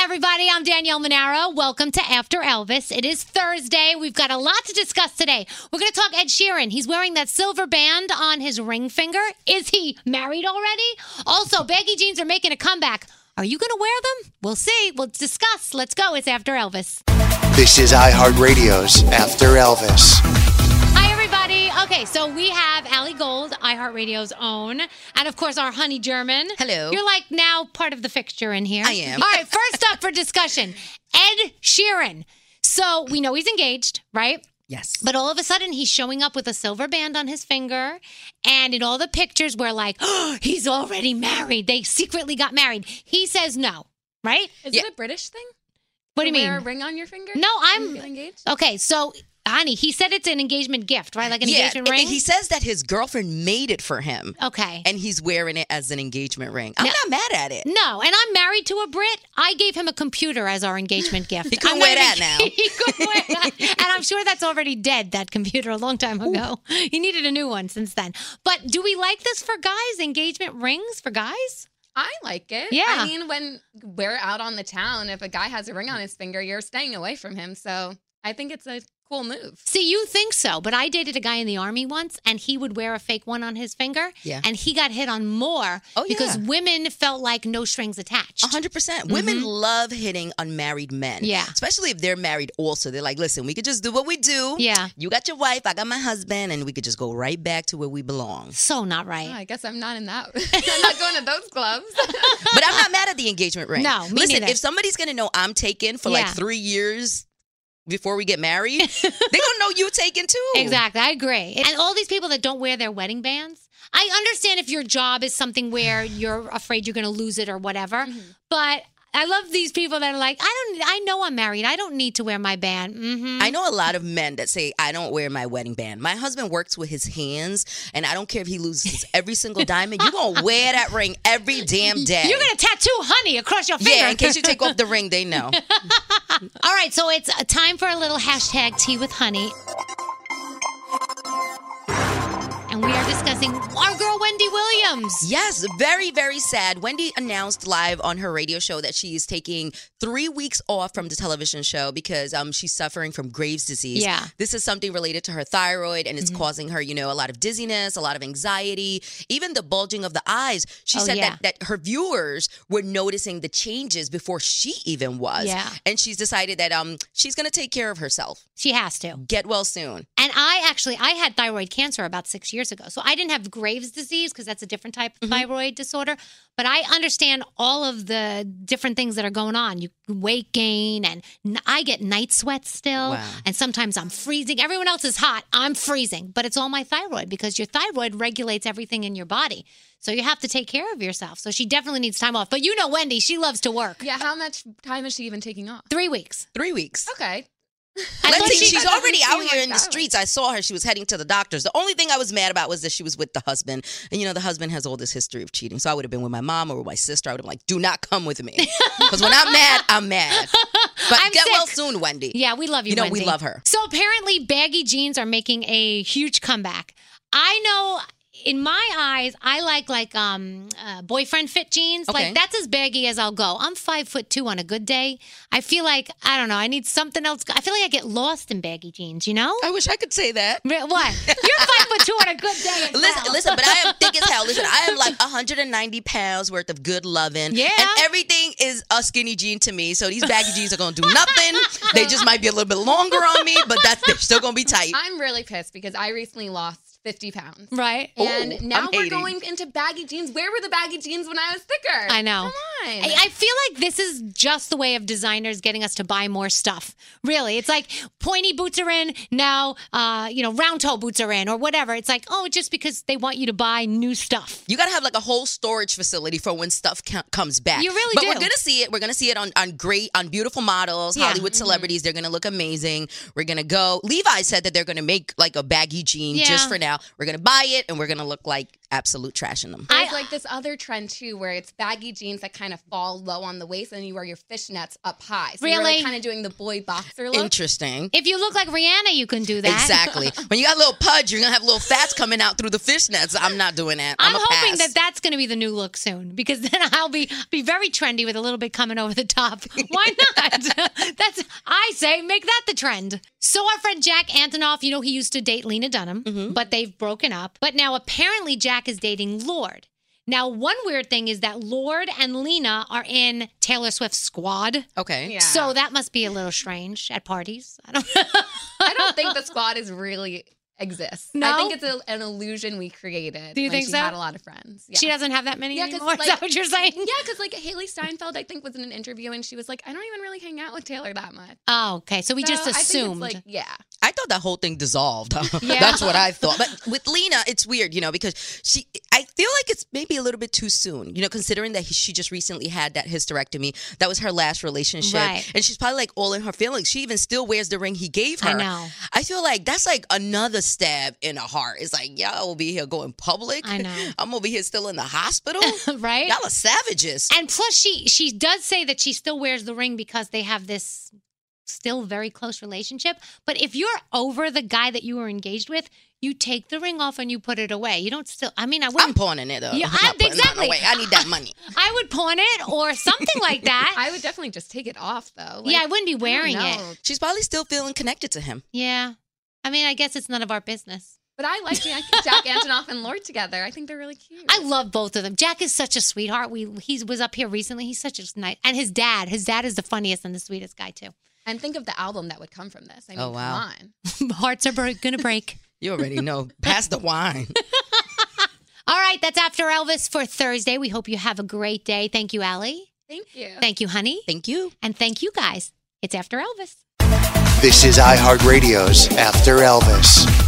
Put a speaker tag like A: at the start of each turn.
A: everybody. I'm Danielle Monaro. Welcome to After Elvis. It is Thursday. We've got a lot to discuss today. We're going to talk Ed Sheeran. He's wearing that silver band on his ring finger. Is he married already? Also, baggy jeans are making a comeback. Are you going to wear them? We'll see. We'll discuss. Let's go. It's After Elvis.
B: This is iHeartRadio's After Elvis.
A: Hi, everybody. Okay, so we have Allie Gold, iHeartRadio's own, and of course our Honey German.
C: Hello.
A: You're like now part of the fixture in here.
C: I am.
A: All right, first up for discussion Ed Sheeran. So we know he's engaged, right?
C: Yes.
A: But all of a sudden, he's showing up with a silver band on his finger. And in all the pictures, we're like, oh, he's already married. They secretly got married. He says no, right?
D: Is
C: Yeah.
D: it a British thing?
A: What do you
D: To Wear a
A: mean?
D: ring on your finger?
A: No,
D: when you
A: I'm
D: get engaged.
A: Okay, so honey, he said it's an engagement gift, right? Like an
C: yeah,
A: engagement
C: and-
A: ring. Oh.
C: and he says that his girlfriend made it for him,
A: okay.
C: and he's wearing it as an engagement ring. I'm
A: Now-
C: not mad at it.
A: no, and I'm married to a Brit. I gave him a computer as our engagement gift.
C: He could
A: I'm
C: wear
A: not
C: that
A: even-
C: now.
A: he could wear that. And I'm sure that's already dead, that computer, a long time ago. He needed a new one since then. But do we like this for guys? Engagement rings for guys?
D: I like it.
A: Yeah.
D: I mean, when we're out on the town, if a guy has a ring on his finger, you're staying away from him. So I think it's a cool move.
A: See, you think so, but I dated a guy in the army once, and he would wear a fake one on his finger,
C: Yeah.
A: and he got hit on more
C: Oh, yeah.
A: because women felt like no strings attached.
C: 100%. percent Women love hitting unmarried men.
A: Mm-hmm. Yeah.
C: Especially if they're married also. They're like, listen, we could just do what we do.
A: Yeah.
C: You got your wife, I got my husband, and we could just go right back to where we belong.
A: So not
D: Oh,
A: right.
D: I guess I'm not in that. I'm not going to those clubs.
C: But I'm not mad at the engagement ring.
A: No, me
C: Listen,
A: neither.
C: if somebody's going to know I'm taken for like
A: Yeah.
C: three years before we get married, they're going to know you taken too.
A: Exactly, I agree. And all these people that don't wear their wedding bands, I understand if your job is something where you're afraid you're going to lose it or whatever, but I love these people that are like, I don't, I know I'm married, I don't need to wear my band. hmm
C: I know a lot of men that say, I don't wear my wedding band. My husband works with his hands, and I don't care if he loses every single diamond. You're going to wear that ring every damn day.
A: You're going to tattoo honey across your finger.
C: yeah, in case you take off the ring, they know.
A: All right, so it's uh, time for a little hashtag tea with honey. And we are discussing our girl Wendy Williams.
C: Yes, very, very sad. Wendy announced live on her radio show that she is taking three weeks off from the television show because um, she's suffering from Graves' disease.
A: Yeah. Mm-hmm.
C: This is something related to her thyroid and it's causing her, you know, a lot of dizziness, a lot of anxiety, even the bulging of the eyes. She
A: Oh,
C: said
A: yeah.
C: that, that her viewers were noticing the changes before she even was.
A: Yeah.
C: And she's decided that um she's going to take care of herself.
A: She has to.
C: Get well soon.
A: And I actually I had thyroid cancer about 6 years ago. So I didn't have Graves disease because that's a different type of
C: Mm-hmm.
A: thyroid disorder, but I understand all of the different things that are going on. You weight gain and n- I get night sweats still
C: Wow.
A: and sometimes I'm freezing. Everyone else is hot, I'm freezing, but it's all my thyroid because your thyroid regulates everything in your body. So you have to take care of yourself. So she definitely needs time off. But you know Wendy, she loves to work.
D: yeah. How much time is she even taking off?
A: 3 weeks.
C: Three weeks.
D: Okay.
A: I
C: Let's
A: thought
C: see,
A: she-
C: she's
D: that doesn't
C: already
D: seem
C: out
D: like
C: here in the
D: that.
C: streets. I saw her. She was heading to the doctors. The only thing I was mad about was that she was with the husband. And, you know, the husband has all this history of cheating. So I would have been with my mom or with my sister. I would have been like, do not come with me. Because when I'm mad, I'm mad. But
A: I'm
C: get well
A: sick.
C: soon, Wendy.
A: Yeah, we love you.
C: You know, we
A: Wendy.
C: love her.
A: So apparently, baggy jeans are making a huge comeback. I know. In my eyes, I like like um uh, boyfriend fit jeans.
C: Okay.
A: Like that's as baggy as I'll go. I'm five foot two on a good day. I feel like I don't know. I need something else. I feel like I get lost in baggy jeans. You know.
C: I wish I could say that.
A: Re- What? You're five foot two on a good day. as
C: Listen,
A: well.
C: listen, but I am thick as hell. Listen, I am like 190 pounds worth of good loving.
A: Yeah.
C: And everything is a skinny jean to me. So these baggy jeans are going to do nothing. They just might be a little bit longer on me, but that's, they're still going to be tight.
D: I'm really pissed because I recently lost 50 pounds.
A: Right.
D: And
C: Ooh,
D: now
C: I'm
D: we're
C: 80.
D: going into baggy jeans. Where were the baggy jeans when I was thicker?
A: I know.
D: Come on.
A: I, I feel like this is just the way of designers getting us to buy more stuff. Really, it's like pointy boots are in now. Uh, you know, round toe boots are in, or whatever. It's like oh, just because they want you to buy new stuff.
C: You gotta have like a whole storage facility for when stuff co- comes back.
A: You really
C: but
A: do.
C: we're gonna see it. We're gonna see it on, on great, on beautiful models,
A: Yeah. Mm-hmm.
C: Hollywood celebrities. They're gonna look amazing. We're gonna go. Levi said that they're gonna make like a baggy jean
A: Yeah.
C: just for now. now. We're gonna buy it, and we're gonna look like absolute trash in them.
D: There's like this other trend too, where it's baggy jeans that kind of fall low on the waist, and you wear your fishnets up high. So you're
A: Really?
D: like kind of doing the boy boxer look.
C: Interesting.
A: If you look like Rihanna, you can do that.
C: Exactly. when you got a little pudge, you're gonna have little fats coming out through the fishnets. I'm not doing that.
A: I'm
C: I'm, a
A: hoping
C: pass.
A: that that's going to be the new look soon because then I'll be be very trendy with a little bit coming over the top. Why not? that's I say make that the trend. So our friend Jack Antonoff, you know he used to date Lena Dunham,
D: Mm-hmm.
A: but they've broken up. But now apparently Jack is dating Lord. Now one weird thing is that Lord and Lena are in Taylor Swift's squad.
C: okay.
D: Yeah.
A: So that must be a little strange at parties. I don't
D: I don't think the squad is really exists.
A: No?
D: I think it's a, an illusion we created.
A: Do you
D: when
A: think
D: she
A: so?
D: Had a lot of friends. Yeah.
A: She doesn't have that many
D: Yeah, 'cause,
A: anymore. is
D: like-
A: that what you're saying?
D: Yeah, because like Haley Steinfeld, I think was in an interview and she was like, I don't even really hang out with Taylor that much.
A: Oh, okay. So we just
D: So I think it's,
A: assumed.
D: like, yeah.
C: I thought that whole thing dissolved.
A: Yeah.
C: That's what I thought. But with Lena, it's weird, you know, because she, I feel like it's maybe a little bit too soon, you know, considering that she just recently had that hysterectomy. That was her last relationship.
A: Right.
C: And she's probably like all in her feelings. She even still wears the ring he gave her.
A: I know.
C: I feel like that's like another stab in the heart. It's like, y'all over here going public.
A: I know.
C: I'm over here still in the hospital.
A: right?
C: y'all are savages.
A: And plus, she she does say that she still wears the ring because they have this still very close relationship. But if you're over the guy that you were engaged with, you take the ring off and you put it away. You don't still. I mean, I
C: I'm
A: would
C: pawning it up.
A: Yeah,
C: I'm
A: I-
C: not putting nothing
A: exactly.
C: away. I need that money.
A: I would pawn it or something like that.
D: I would definitely just take it off though.
A: yeah, I wouldn't be wearing it.
C: She's probably still feeling connected to him.
A: Yeah, I mean, I guess it's none of our business.
D: But I like Jack, Jack Antonoff and Lord together. I think they're really cute.
A: I love both of them. Jack is such a sweetheart. We he was up here recently. He's such a nice, and his dad. His dad is the funniest and the sweetest guy too.
D: and think of the album that would come from this. I mean,
C: Oh, wow.
D: come on.
A: Hearts are bro- gonna break.
C: You already know. Pass the wine.
A: All right, that's after Elvis for Thursday. We hope you have a great day. Thank you, Allie.
D: Thank you.
A: Thank you, honey.
C: Thank you.
A: And thank you guys. It's after Elvis.
B: This is iHeartRadio's After Elvis.